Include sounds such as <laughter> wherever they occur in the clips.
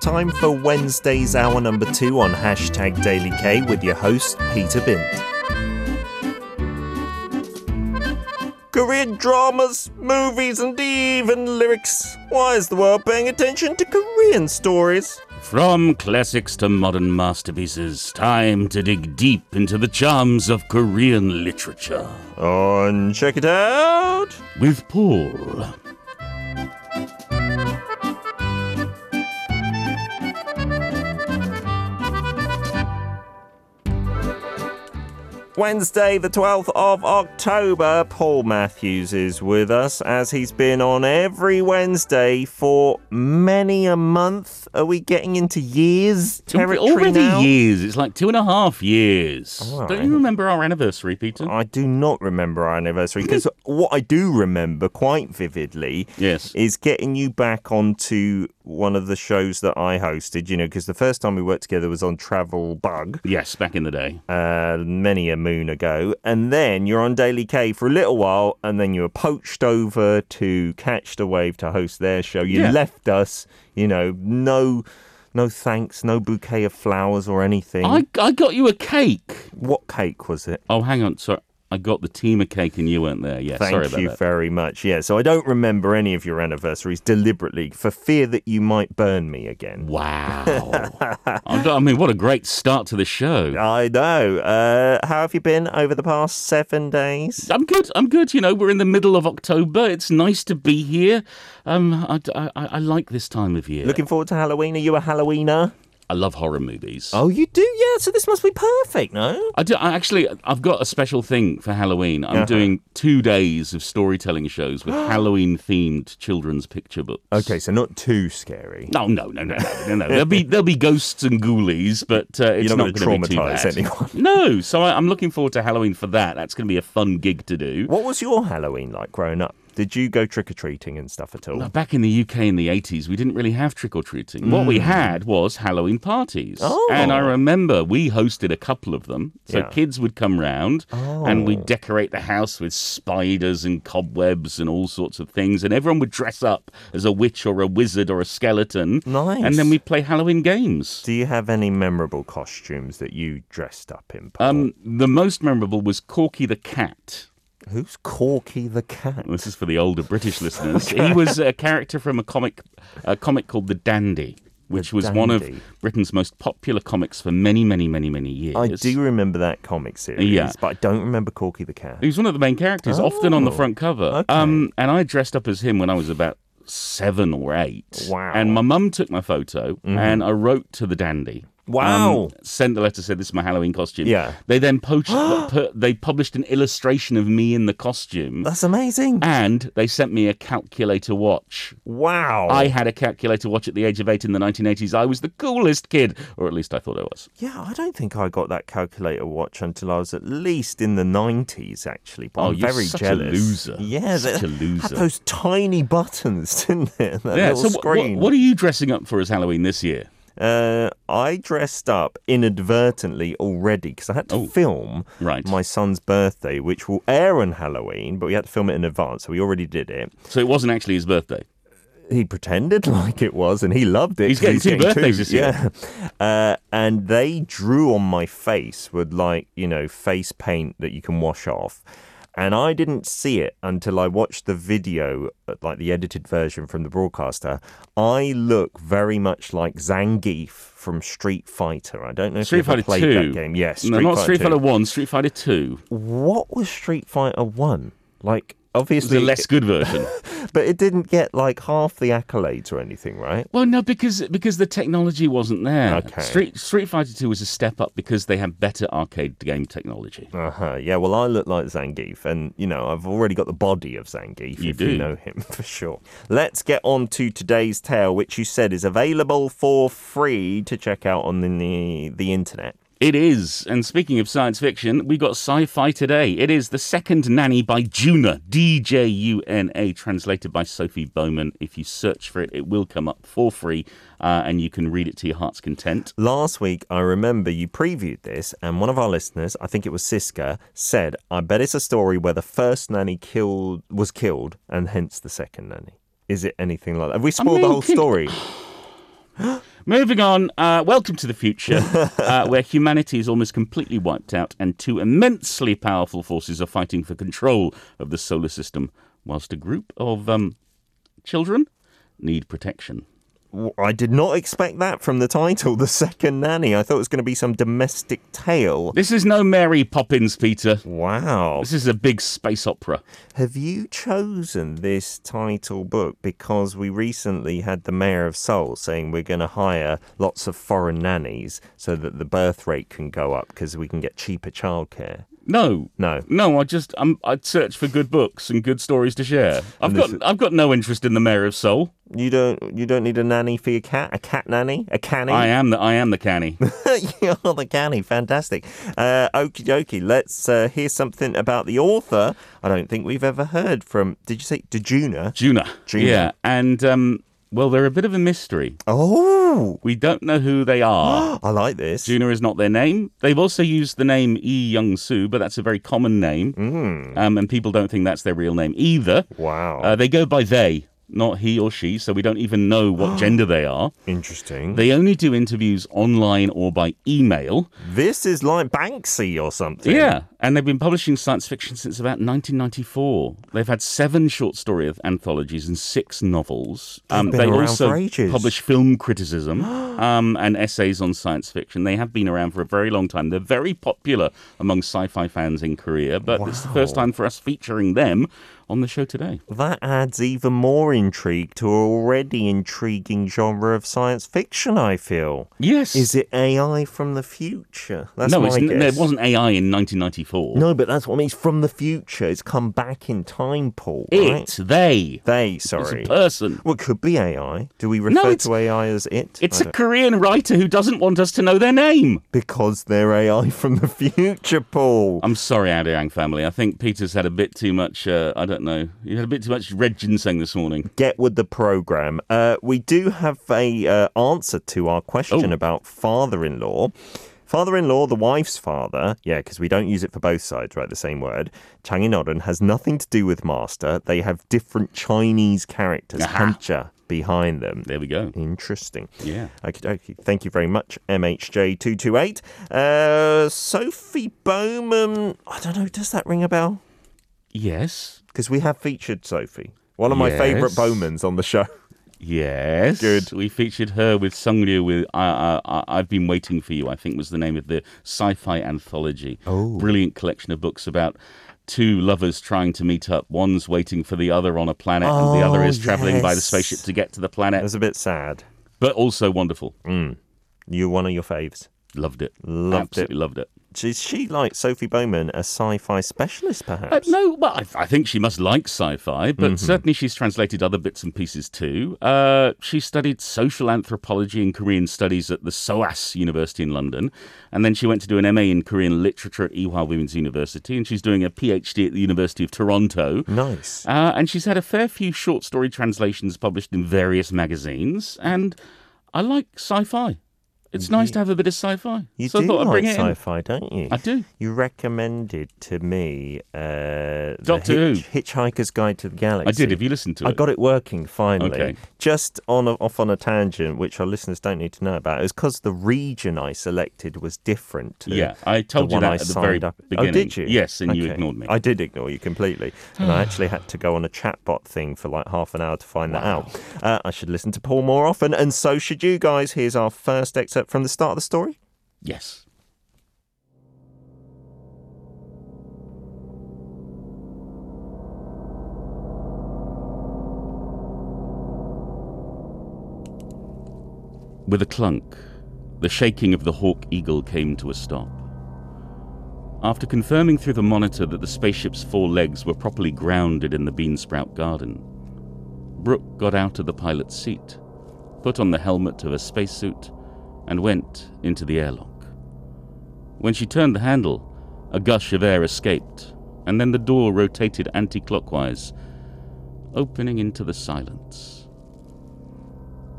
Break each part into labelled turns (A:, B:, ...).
A: time for Wednesday's hour number two on hashtag Daily K with your host, Peter Bint. Korean dramas, movies, and even lyrics. Why is the world paying attention to Korean stories?
B: From classics to modern masterpieces, time to dig deep into the charms of Korean literature.
A: On Check It Out!
B: With Paul.
A: Wednesday, the 12th of October, Paul Matthews is with us as he's been on every Wednesday for many a month. Are we getting into years territory
B: Already
A: now?
B: years. It's like two and a half years.
A: All
B: Don't
A: right.
B: you remember our anniversary, Peter?
A: I do not remember our anniversary because what I do remember quite vividly
B: yes.
A: is getting you back onto one of the shows that I hosted, you know, because the first time we worked together was on Travel Bug.
B: Yes, back in the day.
A: uh, many a moon ago, and then you're on Daily K for a little while, and then you were poached over to Catch the Wave to host their show. You
B: Yeah.
A: left us, you know, no. No thanks, no bouquet of flowers or anything.
B: I, I got you a cake.
A: What cake was it?
B: Oh, hang on. Sorry. I got the team a cake and you weren't there. Yeah,
A: Thank
B: sorry about
A: you
B: that.
A: very much. Yeah, so I don't remember any of your anniversaries deliberately for fear that you might burn me again. <laughs>
B: Wow. I don't- I mean, what a great start to the show.
A: I know. Uh, how have you been over the past seven days?
B: I'm good. I'm good. You know, we're in the middle of October. It's nice to be here. Um, I, I, I I like this time of year.
A: Looking forward to Halloween. Are you a Halloweener?
B: I love horror movies.
A: Oh, you do? Yeah, so this must be perfect, no?
B: I do. I actually, I've got a special thing for Halloween. I'm
A: Uh-huh.
B: doing two days of storytelling
A: <gasps>
B: shows with Halloween-themed children's picture books.
A: Okay, so not too scary.
B: No, no, no, no, no, no, no. There'll be there'll be ghosts and ghoulies, but uh, it's
A: You're not
B: not
A: gonna
B: going to be too
A: traumatise
B: bad.
A: anyone.
B: No, so I, I'm looking forward to Halloween for that. That's going to be a fun gig to do.
A: What was your Halloween like growing up? Did you go trick or treating and stuff at all?
B: Well, Back in the UK in the 80s, we didn't really have trick or treating. What we had was Halloween parties.
A: Hmm. Oh.
B: And I remember we hosted a couple of them. So
A: Yeah. Oh.
B: kids would come round and we'd decorate the house with spiders and cobwebs and all sorts of things. And everyone would dress up as a witch or a wizard or a skeleton.
A: Nice.
B: And then we'd play Halloween games.
A: Do you have any memorable costumes that you dressed up in? Paul?
B: Um, the most memorable was Corky the Cat.
A: Who's Corky the cat?
B: This is for the older
A: <laughs>
B: British listeners. He was a character from a comic, a comic called The Dandy, which was one
A: Dandy.
B: of Britain's most popular comics for many, many, many, many years.
A: I do remember that comic series,
B: Yeah.
A: but I don't remember Corky the cat.
B: He was one of the main characters, often on the
A: Oh,
B: front cover.
A: okay.
B: Um, and I dressed up as him when I was about seven or eight.
A: Wow. Mm-hmm.
B: And my mum took my photo, and I wrote to the Dandy.
A: Wow.
B: Um, sent the letter, said this is my Halloween costume.
A: Yeah.
B: They then
A: <gasps>
B: poached, pu- they published an illustration of me in the costume,
A: That's amazing.
B: and they sent me a calculator watch
A: Wow.
B: I had a calculator watch at the age of eight in the 1980s. I was the coolest kid, or at least I thought I was.
A: Yeah, I don't think I got that calculator watch until I was at least in the 90s, actually. But
B: Oh,
A: I'm
B: you're
A: very
B: such a
A: jealous.
B: loser.
A: Yeah,
B: Such
A: they
B: a loser.
A: Had those tiny buttons, <laughs> didn't it? That little
B: so wh- wh-
A: screen.
B: what are you dressing up for as Halloween this year?
A: Uh, I dressed up inadvertently already because I had to
B: Oh.
A: film
B: Right.
A: my son's birthday, which will air on Halloween, but we had to film it in advance, so we already did it.
B: So it wasn't actually his birthday.
A: He pretended <laughs> like it was, and he loved it.
B: He's
A: 'cause
B: getting two birthdays this
A: Yeah, <laughs>
B: year.
A: uh, and they drew on my face with like you know face paint that you can wash off. And I didn't see it until I watched the video, uh, like the edited version from the broadcaster. I look very much like Zangief from Street Fighter. I don't know if
B: Street
A: you've ever
B: Fighter
A: played
B: Two.
A: that game. Yes,
B: no, not Street Fighter One. Street Fighter Two
A: What was Street Fighter One like?
B: It's the
A: Obviously,
B: less good version.
A: but it didn't get like half the accolades or anything, right?
B: well, no, because because the technology wasn't there.
A: Okay.
B: Street Street Fighter Two was a step up because they had better arcade game technology.
A: Uh huh. Yeah. Well, I look like Zangief, and you know I've already got the body of Zangief.
B: You
A: if
B: do.
A: you know him <laughs> for sure. Let's get on to today's tale, which you said is available for free to check out on the the internet.
B: It is. And speaking of science fiction, we got sci fi today. It is The Second Nanny by Juna, D J U N A, translated by Sophie Bowman. If you search for it, it will come up for free uh, and you can read it to your heart's content.
A: Last week, I remember you previewed this, and one of our listeners, I think it was Siska, said, "I bet it's a story where the first nanny killed was killed, and hence the second nanny." Is it anything like that? Have we spoiled the
B: mean,
A: whole
B: can-
A: story?
B: Moving on, uh, welcome to the future, uh, where humanity is almost completely wiped out and two immensely powerful forces are fighting for control of the solar system, whilst a group of um, children need protection.
A: W- I did not expect that from the title, <laughs> The Second Nanny. I thought it was going to be some domestic tale.
B: This is no Mary Poppins, Peter.
A: Wow.
B: This is a big space opera.
A: Have you chosen this title book because we recently had the Mayor of Seoul saying we're going to hire lots of foreign nannies so that the birth rate can go up because we can get cheaper childcare?
B: No,
A: No.
B: No, I just um, I'd search for good books and good stories to share. I've got I've got no interest in the Mayor of Seoul.
A: You don't you don't need a nanny for your cat? A cat nanny? A canny?
B: I am the I am the canny.
A: <laughs> you are the canny. Fantastic. Uh, okie dokie. Let's uh, hear something about the author. I don't think we've ever heard from. Did you say Dejuna?
B: Juna.
A: Juna.
B: Yeah, and um, well, they're a bit of a mystery.
A: Oh,
B: We don't know who they are.
A: <gasps> I like this.
B: Juna is not their name. They've also used the name E Young Soo, but that's a very common name, um, and people don't think that's their real name either.
A: Wow.
B: Uh, they go by they, not he or she, so we don't even know what gender they are.
A: Interesting.
B: They only do interviews online or by email.
A: This is like Banksy or something.
B: Yeah, and they've been publishing science fiction since about 1994. They've had seven short story of anthologies and six novels. Um,
A: been
B: they
A: around
B: also
A: for ages.
B: publish film
A: <gasps>
B: criticism um, and essays on science fiction. They have been around for a very long time. They're very popular among sci-fi fans in Korea, but it's the first time for us featuring them on the show today.
A: That adds even more intrigue to an already intriguing genre of science fiction, I feel.
B: Yes.
A: Is it AI from the future? That's
B: no,
A: my
B: it's,
A: guess.
B: n- there wasn't AI in 1994.
A: No, but that's what I mean. It's from the future. It's come back in time, Paul. right?
B: It, they,
A: They,
B: it's a
A: sorry.
B: person.
A: Well, it could be AI. Do we refer
B: it's-
A: to AI as it?
B: It's
A: I
B: a
A: don't-
B: Korean writer who doesn't want us to know their name.
A: because they're AI from the <laughs> future, Paul.
B: I'm sorry, Adirang family. I think Peter's had a bit too much. Uh, I don't know. You had a bit too much red ginseng this morning.
A: get with the program. Uh, we do have a uh, answer to our question
B: Oh.
A: about father-in-law. Father-in-law, the wife's father, yeah, because we don't use it for both sides, right? The same word. Changinodon has nothing to do with master. They have different Chinese characters, Hanja, behind them.
B: There we go.
A: Interesting.
B: Yeah.
A: Okie dokie. Thank you very much, MHJ228. Uh, Sophie Bowman, I don't know, does that ring a bell?
B: Yes.
A: Because we have featured Sophie, one of my
B: Yes.
A: favourite Bowmans on the show.
B: Yes.
A: Good.
B: We featured her with Sung Liu with I, I, I, I've Been Waiting for You, I think was the name of the sci fi anthology. Oh. Brilliant collection of books about two lovers trying to meet up. One's waiting for the other on a planet, and the other
A: Oh,
B: is traveling by the
A: yes.
B: spaceship to get to the
A: <laughs> It
B: planet,
A: was a bit sad.
B: but also wonderful.
A: You're one of your faves.
B: Loved it.
A: Loved it.
B: Absolutely loved it.
A: Is she like Sophie Bowman, a sci-fi specialist,
B: Uh,
A: perhaps? Mm-hmm.
B: no, well, I, I think she must like sci-fi, but certainly she's translated other bits and pieces too. Uh, she studied social anthropology and Korean studies at the SOAS University in London, and then she went to do an MA in Korean literature at Ewha Women's University, and she's doing a PhD at the University of Toronto.
A: Nice.
B: Uh, and she's had a fair few short story translations published in various magazines, and I like sci-fi. It's nice to have a bit of sci-fi.
A: You
B: so
A: do
B: I thought I'd
A: like
B: bring it in.
A: sci-fi, don't you?
B: I do.
A: You recommended to me uh,
B: Doctor
A: the Hitch- Hitchhiker's Guide to the Galaxy.
B: I did. Have you listened to it?
A: I got it working finally.
B: Okay.
A: Just on a, off on a tangent, which our listeners don't need to know about. It was because the region I selected was different. To
B: Yeah, I told
A: the
B: you
A: one
B: that
A: I
B: at the
A: signed
B: very
A: up.
B: beginning.
A: Oh, did you?
B: Yes, and you
A: Okay.
B: ignored me.
A: I did ignore you completely, and
B: <sighs>
A: I actually had to go on a chatbot thing for like half an hour to find that out. Uh, I should listen to Paul more often, and so should you guys. Here's our first excerpt from the start of the story.
B: yes. With a clunk, the shaking of the Hawk Eagle came to a stop. After confirming through the monitor that the spaceship's four legs were properly grounded in the beansprout garden, Brooke got out of the pilot's seat, put on the helmet of her spacesuit, and went into the airlock. When she turned the handle, a gush of air escaped, and then the door rotated anti clockwise, opening into the silence.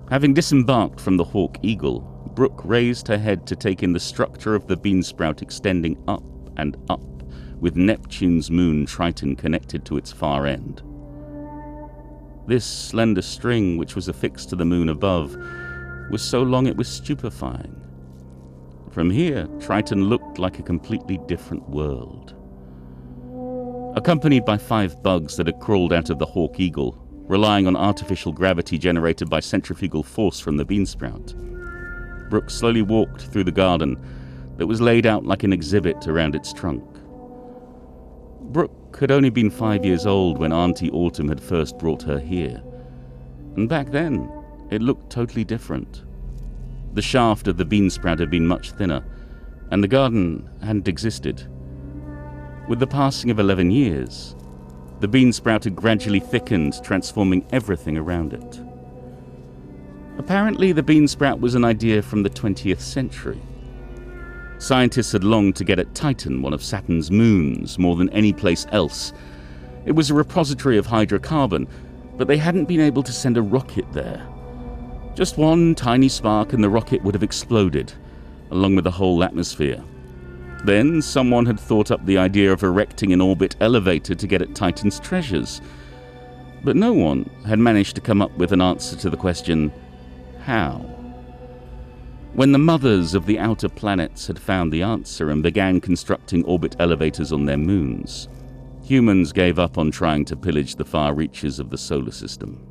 B: Having disembarked from the Hawk Eagle, Brooke raised her head to take in the structure of the beansprout extending up and up, with Neptune's moon Triton connected to its far end. This slender string, which was affixed to the moon above, was so long it was stupefying. From here, Triton looked like a completely different world. Accompanied by five bugs that had crawled out of the hawk eagle, relying on artificial gravity generated by centrifugal force from the beansprout, Brooke slowly walked through the garden that was laid out like an exhibit around its trunk. Brooke had only been five years old when Auntie Autumn had first brought her here, and back then it looked totally different. The shaft of the beansprout had been much thinner, and the garden hadn't existed. With the passing of 11 years, the beansprout had gradually thickened, transforming everything around it. Apparently, the beansprout was an idea from the 20th century. Scientists had longed to get at Titan, one of Saturn's moons, more than any place else. It was a repository of hydrocarbon, but they hadn't been able to send a rocket there. Just one tiny spark and the rocket would have exploded, along with the whole atmosphere. Then someone had thought up the idea of erecting an orbit elevator to get at Titan's treasures. But no one had managed to come up with an answer to the question how? When the mothers of the outer planets had found the answer and began constructing orbit elevators on their moons, humans gave up on trying to pillage the far reaches of the solar system.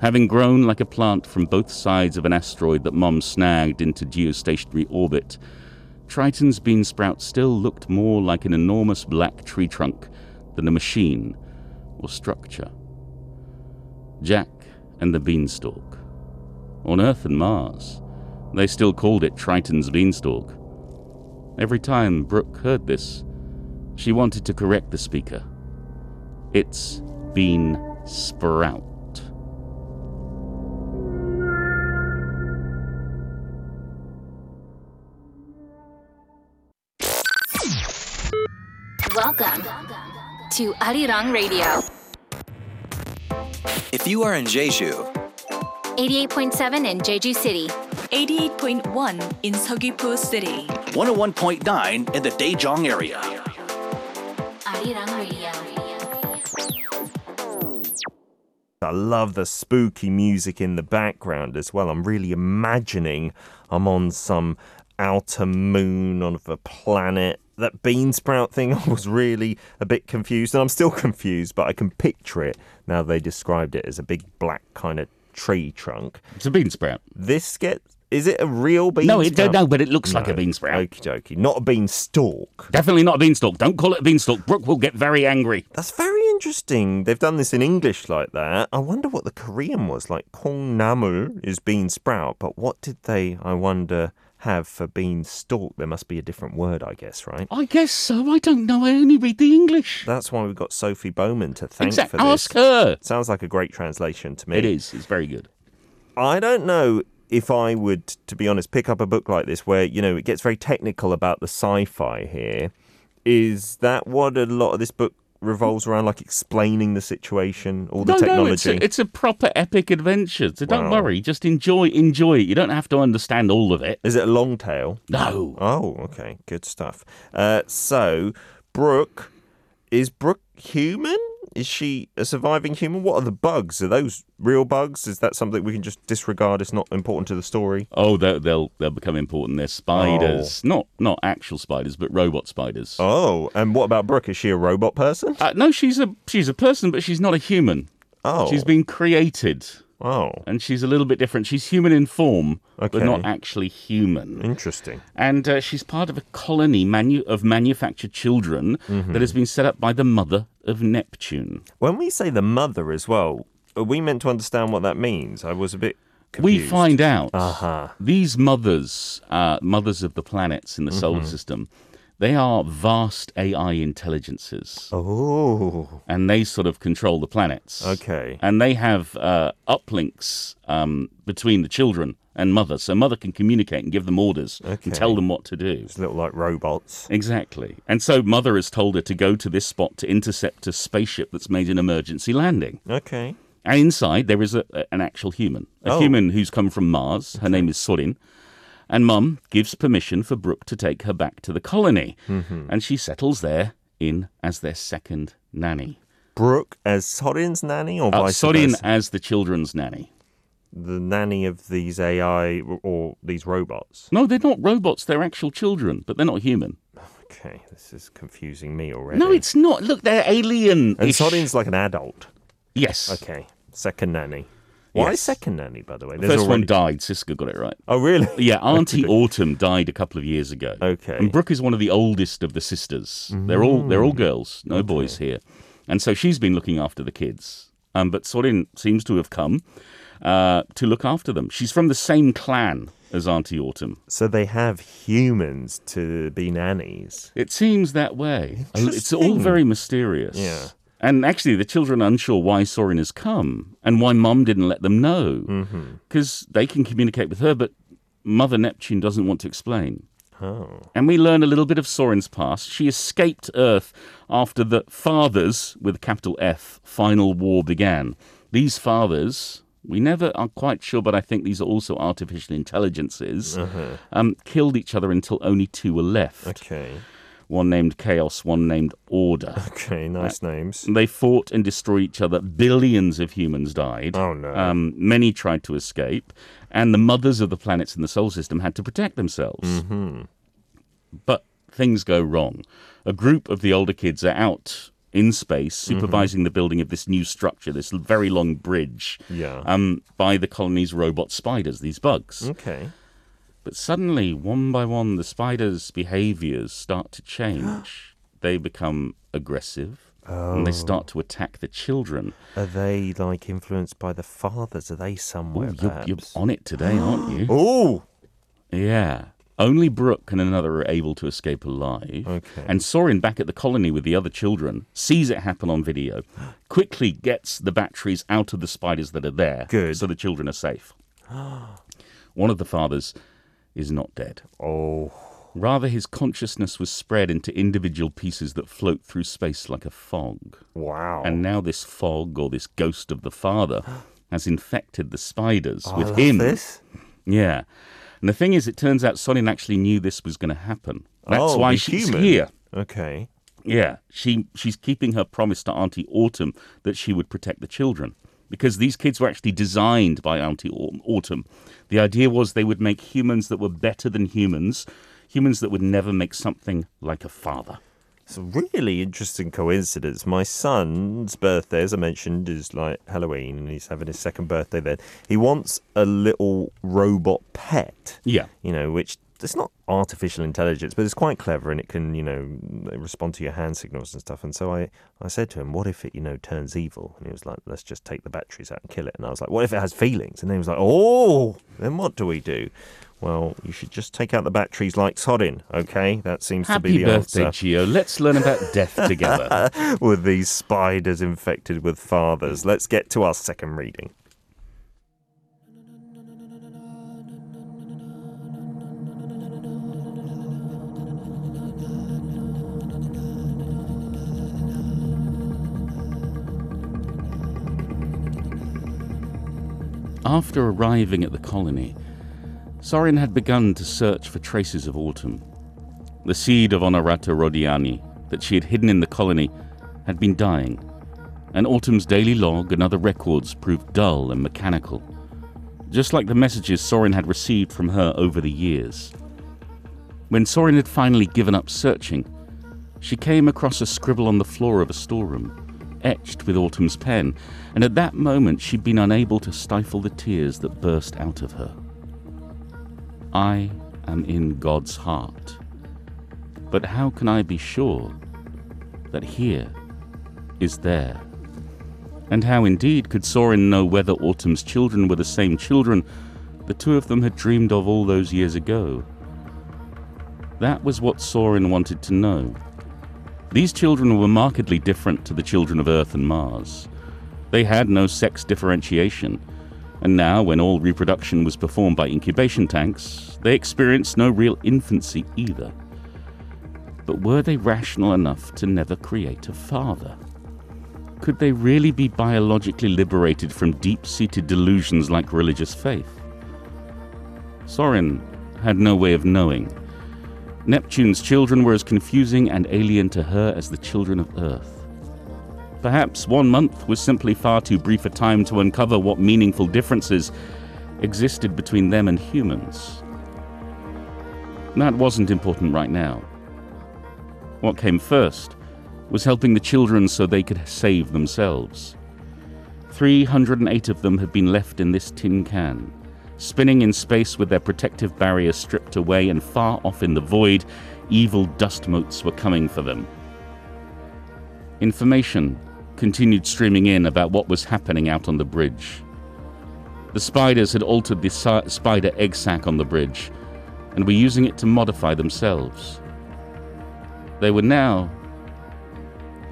B: Having grown like a plant from both sides of an asteroid that Mom snagged into geostationary orbit, Triton's beansprout still looked more like an enormous black tree trunk than a machine or structure. Jack and the beanstalk. On Earth and Mars, they still called it Triton's beanstalk. Every time Brooke heard this, she wanted to correct the speaker. It's been sprout.
C: Welcome to Arirang Radio,
D: If you are in Jeju,
C: 88.7 in Jeju City,
E: 88.1 in Seogwipo City.
D: 101.9 in the Daejeong area.
C: Arirang Radio.
A: I love the spooky music in the background as well. I'm really imagining I'm on some outer moon of a planet. That beansprout thing, <laughs> I was really a bit confused, and I'm still <laughs> confused, but I can picture it now they described it as a big black kind of tree trunk.
B: It's a beansprout.
A: This gets. Is it a real beansprout?
B: No, it don't know, but it looks like a beansprout.
A: Okie dokie. Not a beanstalk.
B: Definitely not a beanstalk. Don't call it a beanstalk. Brooke will get very angry.
A: That's very interesting. They've done this in English like that. I wonder what the Korean was like. Kong namu is bean sprout, but what did they, I wonder, have for bean stalk? There must be a different word, I guess, right?
B: I guess so. I don't know. I only read the English.
A: That's why we've got Sophie Bowman to thank
B: Exact-
A: for this.
B: Ask her.
A: Sounds like a great translation to me.
B: It is. It's very good.
A: I don't know if I would, to be honest, pick up a book like this where, you know, it gets very technical about the sci fi here. Is that what a lot of this book revolves around, like explaining the situation, all the
B: no,
A: technology?
B: no, it's a, it's a proper epic adventure. So don't
A: Wow.
B: worry. Just enjoy, enjoy it. You don't have to understand all of it.
A: Is it a long tail?
B: No.
A: Oh, okay. Good stuff. Uh, so, Brooke, is Brooke human? Is she a surviving human? What are the bugs? Are those real bugs? Is that something we can just disregard? It's not important to the story.
B: Oh, they'll they'll, they'll become important. They're spiders, not not actual spiders, but robot spiders.
A: Oh, and what about Brooke? Is she a robot person?
B: Uh, no, she's a she's a person, but she's not a human.
A: Oh,
B: She's been created,
A: oh,
B: and she's a little bit different. She's human in form, but
A: Okay.
B: not actually human.
A: interesting.
B: and uh, she's part of a colony manu- of manufactured children
A: Mm-hmm.
B: that has been set up by the mother of Neptune.
A: When we say the mother as well, are we meant to understand what that means? I was a bit confused.
B: We find out
A: Uh-huh.
B: these mothers, uh, mothers of the planets in the
A: Mm-hmm.
B: solar system, they are vast AI intelligences,
A: Oh,
B: and they sort of control the planets.
A: okay.
B: and they have uh, uplinks um, between the children and mother, so mother can communicate and give them orders
A: Okay.
B: and tell them what to do.
A: It's a little like robots.
B: Exactly. And so Mother has told her to go to this spot to intercept a spaceship that's made an emergency landing.
A: Okay.
B: And inside, there is a, a- an actual human, a
A: Oh.
B: human who's come from Mars. Her name is Sorin. And Mum gives permission for Brooke to take her back to the colony.
A: Mm-hmm.
B: And she settles there in as their second nanny.
A: Brooke as Sorin's nanny or
B: Uh,
A: vice
B: Sorin
A: versa?
B: as the children's nanny.
A: the nanny of these AI r- or these robots?
B: No, they're not robots. They're actual children, but they're not human.
A: Okay, this is confusing me already.
B: No, it's not. Look, they're alien.
A: and Sodin's like an adult.
B: Yes.
A: Okay, second nanny. Why
B: Yes.
A: second nanny, by the way?
B: The
A: There's
B: first one
A: already-
B: died. Siska got it right.
A: Oh, really? <laughs>
B: Yeah, Auntie Autumn died a couple of years ago.
A: Okay. Mm.
B: And Brooke is one of the oldest of the sisters. They're all they're all girls, no boys here. And so she's been looking after the kids. Um, but Sorin seems to have come uh, to look after them. She's from the same clan as Auntie Autumn.
A: So they have humans to be nannies.
B: It seems that way. It's all
A: Interesting.
B: very mysterious.
A: Yeah.
B: And actually, the children are unsure why Sorin has come and why Mum didn't let them know.
A: Mm-hmm.
B: Because they can communicate with her, but Mother Neptune doesn't want to explain.
A: Oh,
B: And we learn a little bit of Sorin's past. She escaped Earth after the Fathers, with a capital F, final war began. These Fathers, we never are quite sure, but I think these are also artificial intelligences, um, killed each other until only two were left
A: Uh-huh. okay.
B: one named Chaos, one named Order.
A: Okay, nice names.
B: They fought and destroyed each other. Billions of humans died.
A: Oh, no.
B: Um, many tried to escape, and the mothers of the planets in the solar system had to protect themselves.
A: Mm-hmm.
B: But things go wrong. A group of the older kids are out in space,
A: Mm-hmm.
B: supervising the building of this new structure, this very long bridge,
A: Yeah. Mm.
B: um, by the colony's robot spiders, these bugs.
A: Okay.
B: But suddenly, one by one, the spiders' behaviors start
A: <gasps>
B: to change. they become aggressive. And they start to attack the children.
A: Are they like influenced by the fathers? Are they somewhere?
B: Ooh, you're, you're on it today, aren't you?
A: <gasps> Oh,
B: Yeah. Only Brooke and another are able to escape alive.
A: Okay.
B: And Sorin, back at the colony with the other children, sees it happen on
A: <gasps>
B: video, quickly gets the batteries out of the spiders that are there.
A: Good.
B: So the children are safe. <gasps> One of the fathers is not dead.
A: oh,
B: Rather, his consciousness was spread into individual pieces that float through space like a fog.
A: wow.
B: And now, this fog, or this ghost of the father,
A: <gasps>
B: has infected the spiders
A: Oh, I
B: with
A: love
B: him.
A: This?
B: Yeah. And the thing is, it turns out Sonin actually knew this was going to happen. That's
A: Oh,
B: why
A: the
B: she's
A: human.
B: here.
A: Okay.
B: Yeah. She, she's keeping her promise to Auntie Autumn that she would protect the children. Because these kids were actually designed by Auntie Au- Autumn. The idea was they would make humans that were better than humans, humans that would never make something like a father.
A: It's a really interesting coincidence. My son's birthday, as I mentioned, is like Halloween, and he's having his second birthday then. He wants a little robot pet.
B: Yeah.
A: you know, which it's not artificial intelligence, but it's quite clever and it can, you know, respond to your hand signals and stuff. And so I, I said to him, what if it, you know, turns evil? And he was like, let's just take the batteries out and kill it. And I was like, what if it has feelings? And he was like, oh, then what do we do? Well, you should just take out the batteries like sodding, okay? That seems to be
B: Happy
A: the
B: birthday,
A: answer
B: Gio. Let's learn about <laughs> death together.
A: <laughs> with these spiders infected with fathers. Let's get to our second reading.
B: After arriving at the colony, Sorin had begun to search for traces of autumn. The seed of Honorata Rodiani that she had hidden in the colony had been dying, and autumn's daily log and other records proved dull and mechanical, just like the messages Sorin had received from her over the years. When Sorin had finally given up searching, she came across a scribble on the floor of a storeroom, etched with autumn's pen, and at that moment she'd been unable to stifle the tears that burst out of her. I am in God's heart. But how can I be sure that here is there? And how indeed could Sorin know whether Autumn's children were the same children the two of them had dreamed of all those years ago? That was what Sorin wanted to know. These children were markedly different to the children of Earth and Mars. They had no sex differentiation, and now, when all reproduction was performed by incubation tanks, they experienced no real infancy either. But were they rational enough to never create a father? Could they really be biologically liberated from deep seated delusions like religious faith? Sorin had no way of knowing. Neptune's children were as confusing and alien to her as the children of Earth. Perhaps one month was simply far too brief a time to uncover what meaningful differences existed between them and humans. That wasn't important right now. What came first was helping the children so they could save themselves. 308 of them had been left in this tin can, spinning in space with their protective barrier stripped away, and far off in the void, evil dust motes were coming for them. Information continued streaming in about what was happening out on the bridge. The spiders had altered the si- spider egg sac on the bridge and were using it to modify themselves. They were now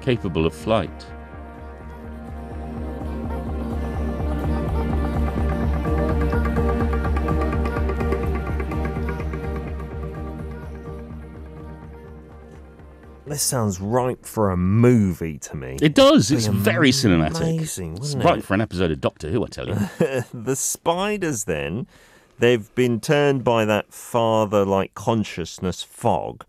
B: capable of flight.
A: This sounds ripe for a movie to me.
B: It does.
A: Be
B: It's very cinematic.
A: amazing,
B: it's
A: wouldn't
B: right
A: it?
B: for an episode of Doctor Who, I tell you.
A: <laughs> the spiders then they've been turned by that father like consciousness fog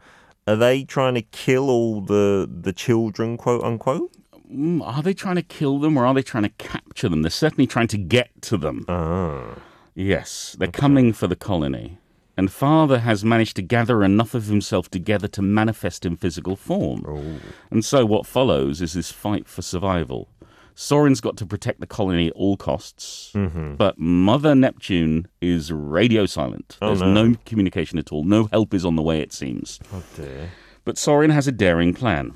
A: are they trying to kill all the the children quote unquote
B: Mm, are they trying to kill them or are they trying to capture them? They're certainly trying to get to them.
A: Ah.
B: Yes, they're coming for the colony. And Father has managed to gather enough of himself together to manifest in physical form.
A: Oh.
B: And so what follows is this fight for survival. Soren's got to protect the colony at all costs,
A: Mm-hmm.
B: but Mother Neptune is radio silent. There's
A: Oh, no.
B: no communication at all. No help is on the way, it seems.
A: oh dear
B: But Sorin has a daring plan.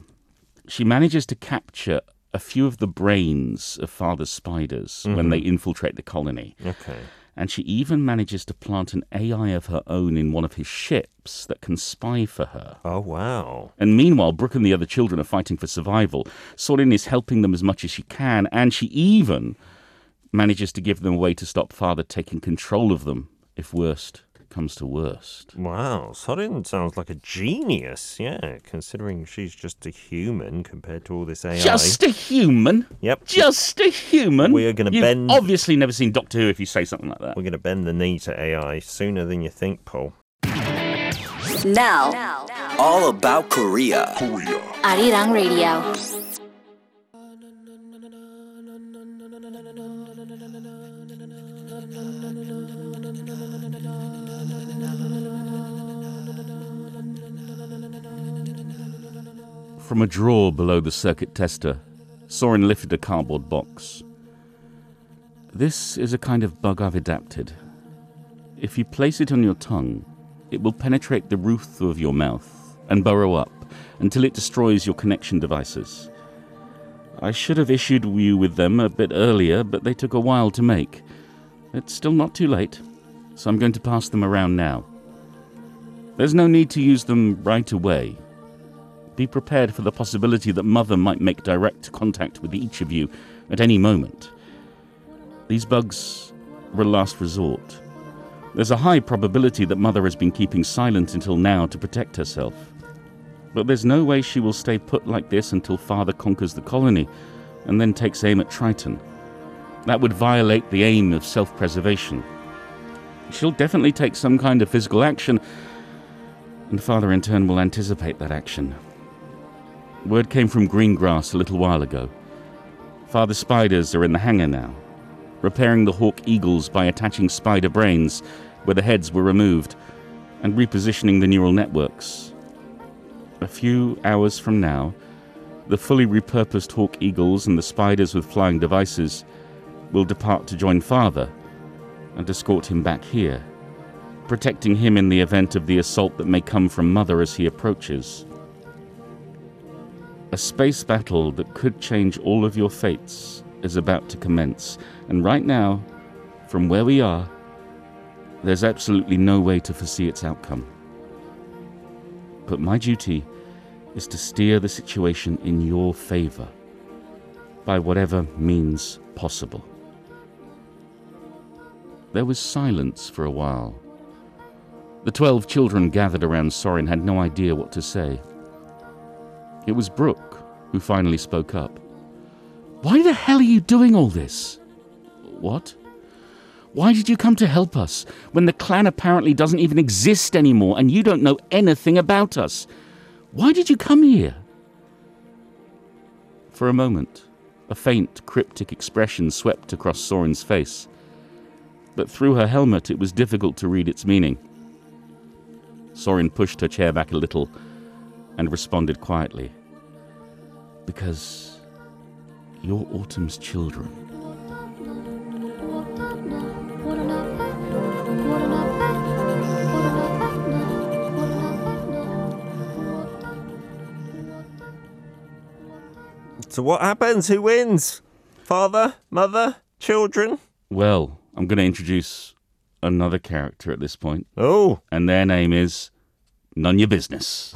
B: She manages to capture a few of the brains of Father's spiders when
A: Mm-hmm.
B: they infiltrate the colony.
A: okay
B: And she even manages to plant an AI of her own in one of his ships that can spy for her.
A: oh wow
B: And meanwhile, Brooke and the other children are fighting for survival. Sorin is helping them as much as she can, and she even manages to give them a way to stop Father taking control of them if worst comes to worst.
A: wow sorin sounds like a genius yeah considering she's just a human compared to all this ai
B: Just a human.
A: Yep.
B: Just a human.
A: We are gonna
B: You've
A: bend-
B: Obviously, never seen Doctor Who if you say something like that.
A: we're going to bend the knee to ai sooner than you think paul
E: Now,
D: All about Korea.
C: Arirang Radio.
B: From a drawer below the circuit tester, Soren lifted a cardboard box. This is a kind of bug I've adapted. If you place it on your tongue, it will penetrate the roof of your mouth and burrow up until it destroys your connection devices. I should have issued you with them a bit earlier, but they took a while to make. It's still not too late, so I'm going to pass them around now. There's no need to use them right away. Be prepared for the possibility that Mother might make direct contact with each of you at any moment. These bugs were a last resort. There's a high probability that Mother has been keeping silent until now to protect herself. But there's no way she will stay put like this until Father conquers the colony and then takes aim at Triton. That would violate the aim of self preservation. She'll definitely take some kind of physical action, and Father in turn will anticipate that action. Word came from Greengrass a little while ago. Father spiders are in the hangar now, repairing the hawk eagles by attaching spider brains where the heads were removed and repositioning the neural networks. A few hours from now, the fully repurposed hawk eagles and the spiders with flying devices will depart to join Father and escort him back here, protecting him in the event of the assault that may come from Mother as he approaches. A space battle that could change all of your fates is about to commence. And right now, from where we are, there's absolutely no way to foresee its outcome. But my duty is to steer the situation in your favor by whatever means possible. There was silence for a while. The twelve children gathered around Sorin had no idea what to say. It was Brooke who finally spoke up. Why the hell are you doing all this? What? Why did you come to help us when the clan apparently doesn't even exist anymore and you don't know anything about us? Why did you come here? For a moment, a faint, cryptic expression swept across Soren's face. but through her helmet it was difficult to read its meaning. Sorin pushed her chair back a little and responded quietly Because you're autumn's children.
A: So what happens? Who wins? Father, mother, children?
B: Well, I'm going to introduce another character at this point,
A: Oh,
B: and their name is None Your Business.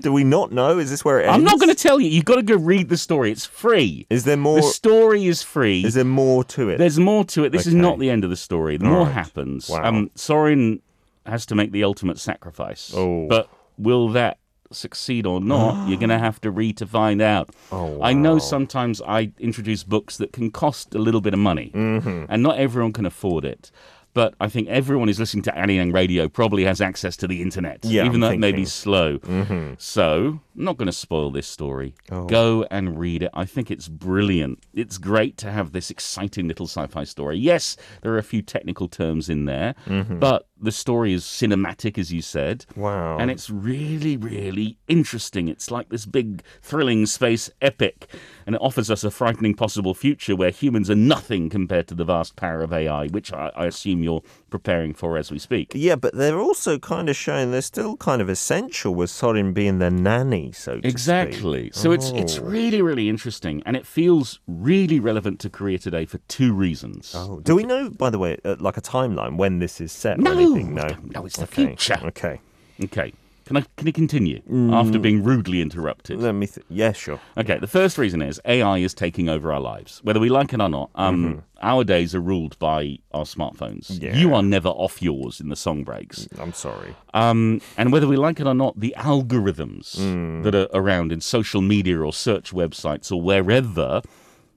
A: do we not know? Is this where it ends?
B: I'm not going to tell you. You've got to go read the story. It's free.
A: Is there more?
B: The story is free.
A: Is there more to it?
B: There's more to it. This is
A: Okay.
B: not the end of the story. The more
A: right.
B: happens. Um,
A: Wow.
B: Sorin has to make the ultimate sacrifice.
A: Oh.
B: But will that succeed or
A: <gasps>
B: not? you're going to have to read to find out.
A: Oh,
B: I know
A: wow.
B: sometimes I introduce books that can cost a little bit of money,
A: Mm.
B: and not everyone can afford it. But I think everyone who's listening to Anyang Radio probably has access to the internet,
A: Yeah,
B: even
A: I'm
B: though it may be
A: thinking. Mm-hmm.
B: slow. So, I'm not going to spoil this story.
A: Oh.
B: Go and read it. I think it's brilliant. It's great to have this exciting little sci fi story. Yes, there are a few technical terms in there, but the story is cinematic, as you said.
A: Mm-hmm. Wow.
B: And it's really, really interesting. It's like this big, thrilling space epic, and it offers us a frightening possible future where humans are nothing compared to the vast power of AI, which I, I assume you're preparing for as we speak.
A: yeah, but they're also kind of showing they're still kind of essential with Sorin being their nanny, so to speak.
B: Exactly. So it's
A: Oh.
B: it's really really interesting, and it feels really relevant to Korea today for two reasons.
A: Oh, do we know, by the way, uh, like a timeline when this is set
B: No,
A: or anything?
B: we
A: No,
B: don't know. It's the
A: okay.
B: future.
A: Okay, Mm.
B: Okay. Can I can I continue after being rudely interrupted?
A: let me. Th- yeah, sure.
B: Okay, the first reason is AI is taking over our lives, whether we like it or not. Um, Our days are ruled by our smartphones.
A: Mm-hmm. Yeah.
B: You are never off yours in the song breaks.
A: I'm sorry.
B: Um, and whether we like it or not, the algorithms
A: Mm.
B: that are around in social media or search websites or wherever,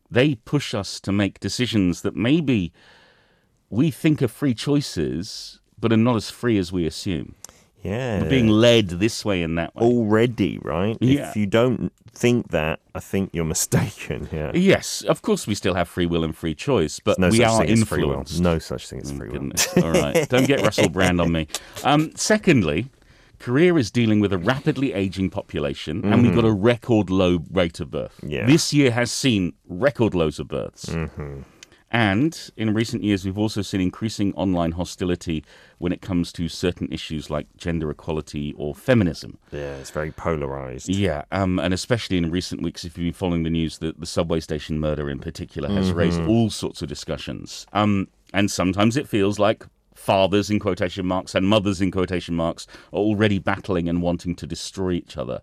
B: they push us to make decisions that maybe we think are free choices, but are not as free as we assume.
A: Yeah, Oh.
B: We're being led this way and that way.
A: already right.
B: Yeah.
A: If you don't think that, I think you're <laughs> mistaken. Yeah.
B: Yes, of course we still have free will and free choice, but
A: no
B: we
A: such
B: are
A: thing as free will.
B: influenced. Mm,
A: No such thing as free will.
B: Goodness. All right. Don't get Russell Brand on me. Um, secondly, Korea is dealing with a rapidly aging population, and we've got a record low rate of birth.
A: Yeah.
B: This year has seen record lows of births. And in recent years, we've also seen increasing online hostility when it comes to certain issues like gender equality or feminism.
A: Yeah, it's very polarized.
B: Yeah, um, and especially in recent weeks, if you've been following the news, the, the subway station murder in particular has raised all sorts of discussions. Um, and sometimes it feels like fathers in quotation marks and mothers in quotation marks are already battling and wanting to destroy each other.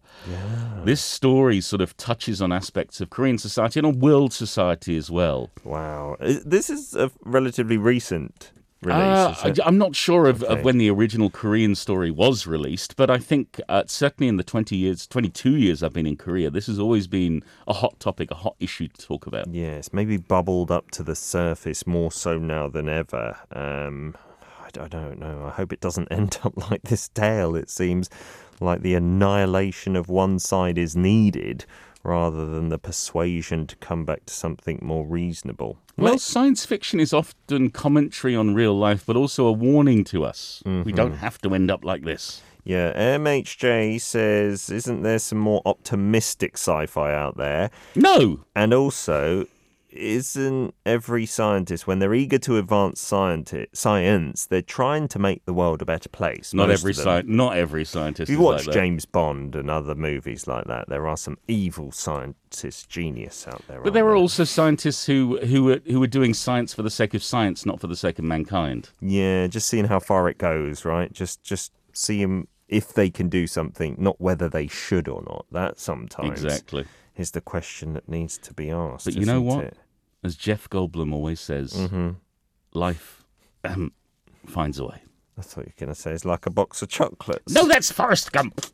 B: This story sort of touches on aspects of Korean society and on world society as well.
A: Wow. I- This is a relatively recent release.
B: Uh,
A: is
B: I,
A: it?
B: am not sure of,
A: Okay.
B: of when the original Korean story was released, but I think uh, certainly in the 20 years, 22 years I've been in Korea, this has always been a hot topic, a hot issue to talk about.
A: Yes, maybe bubbled up to the surface more so now than ever. Um, I d- I don't know. I hope it doesn't <laughs> end up like this tale. It seems like the annihilation of one side is needed rather than the persuasion to come back to something more reasonable.
B: Well, science fiction is often commentary on real life, but also a warning to us. We don't
A: Mm-hmm.
B: have to end up like this.
A: Yeah, MHJ says, isn't there some more optimistic sci fi out there?
B: No!
A: And also, isn't every scientist, when they're eager to advance scienti- science, they're trying to make the world a better place?
B: Not
A: most
B: every,
A: of them.
B: sci- not every scientist
A: If you
B: is
A: watch
B: like that.
A: James Bond and other movies like that, there are some evil scientist genius out there.
B: But there are also scientists who, who, were, who were doing science for the sake of science, not for the sake of mankind.
A: yeah, just seeing how far it goes, right? Just just see 'em if they can do something, not whether they should or not. That sometimes
B: Exactly.
A: is the question that needs to be asked.
B: But you know
A: isn't
B: what?
A: it?
B: As Jeff Goldblum always says, life um, finds a way.
A: I thought you were going to say it's like a box of chocolates.
B: No, that's Forrest Gump.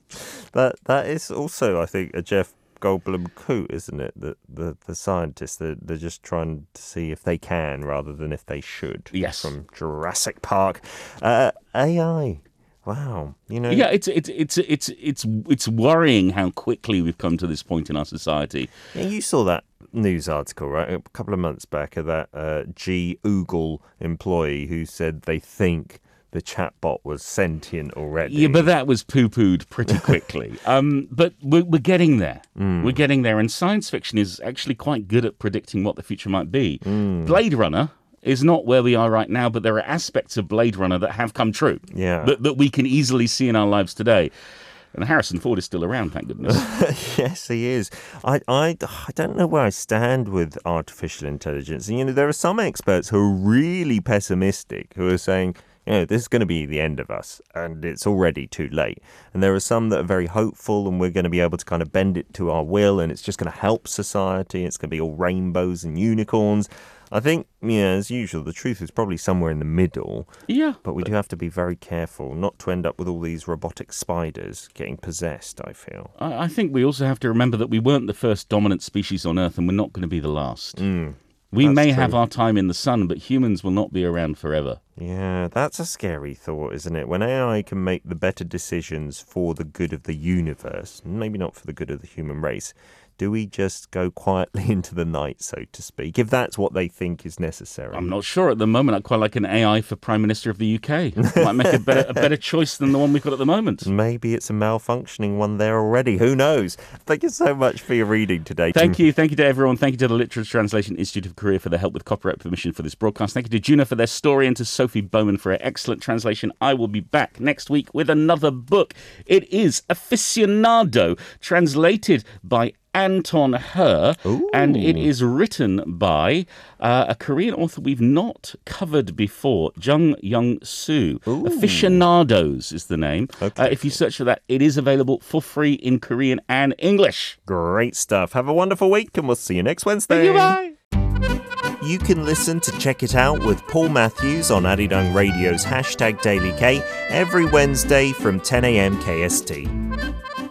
A: That that is also, I think, a Jeff Goldblum coup, isn't it? The the, the scientists they're, they're just trying to see if they can rather than if they should.
B: Yes.
A: From Jurassic Park, uh, AI. Wow. You know.
B: Yeah, it's it's it's it's it's it's worrying how quickly we've come to this point in our society.
A: yeah, You saw that news article, right, a couple of months back of that uh, G Oogle employee who said they think the chatbot was sentient already.
B: Yeah, but that was poo pooed pretty <laughs> quickly. um, but we're, we're getting there. We're getting there. And science fiction is actually quite good at predicting what the future might be. Blade Runner is not where we are right now, but there are aspects of Blade Runner that have come true
A: Yeah.
B: that, that we can easily see in our lives today. And Harrison Ford is still around, thank goodness.
A: <laughs> yes, he is. I, I, I don't know where I stand with artificial intelligence. And, you know, there are some experts who are really pessimistic who are saying, you know, this is going to be the end of us and it's already too late. And there are some that are very hopeful and we're going to be able to kind of bend it to our will and it's just going to help society. It's going to be all rainbows and unicorns. I think, you know, as usual, the truth is probably somewhere in the middle.
B: yeah.
A: But we do have to be very careful not to end up with all these robotic spiders getting possessed, I feel.
B: I, I think we also have to remember that we weren't the first dominant species on Earth and we're not going to be the last. we may have our time in the sun, but humans will not be around forever.
A: Yeah, that's a scary thought, isn't it? When AI can make the better decisions for the good of the universe, maybe not for the good of the human race, do we just go quietly <laughs> into the night, so to speak, if that's what they think is necessary?
B: I'm not sure at the moment. I quite like an AI for Prime Minister of the UK. Might make a better, a better choice than the one we've got at the moment.
A: Maybe it's a malfunctioning one there already. Who knows? Thank you so much for your reading today.
B: Thank you. Thank you to everyone. Thank you to the Literature Translation Institute of Korea for their help with copyright permission for this broadcast. Thank you to Juna for their story and to Sophie Bowman for her excellent translation. I will be back next week with another book. It is Aficionado, translated by Anton Her, and it is written by uh, a Korean author we've not covered before, Jung Young Soo. Aficionados is the name. Uh, if you search for that, it is available for free in Korean and English.
A: Great stuff. Have a wonderful week, and we'll see you next Wednesday.
B: Bye.
A: You can listen to Check It Out with Paul Matthews on Adidang Radio's hashtag Daily K every Wednesday from 10am KST.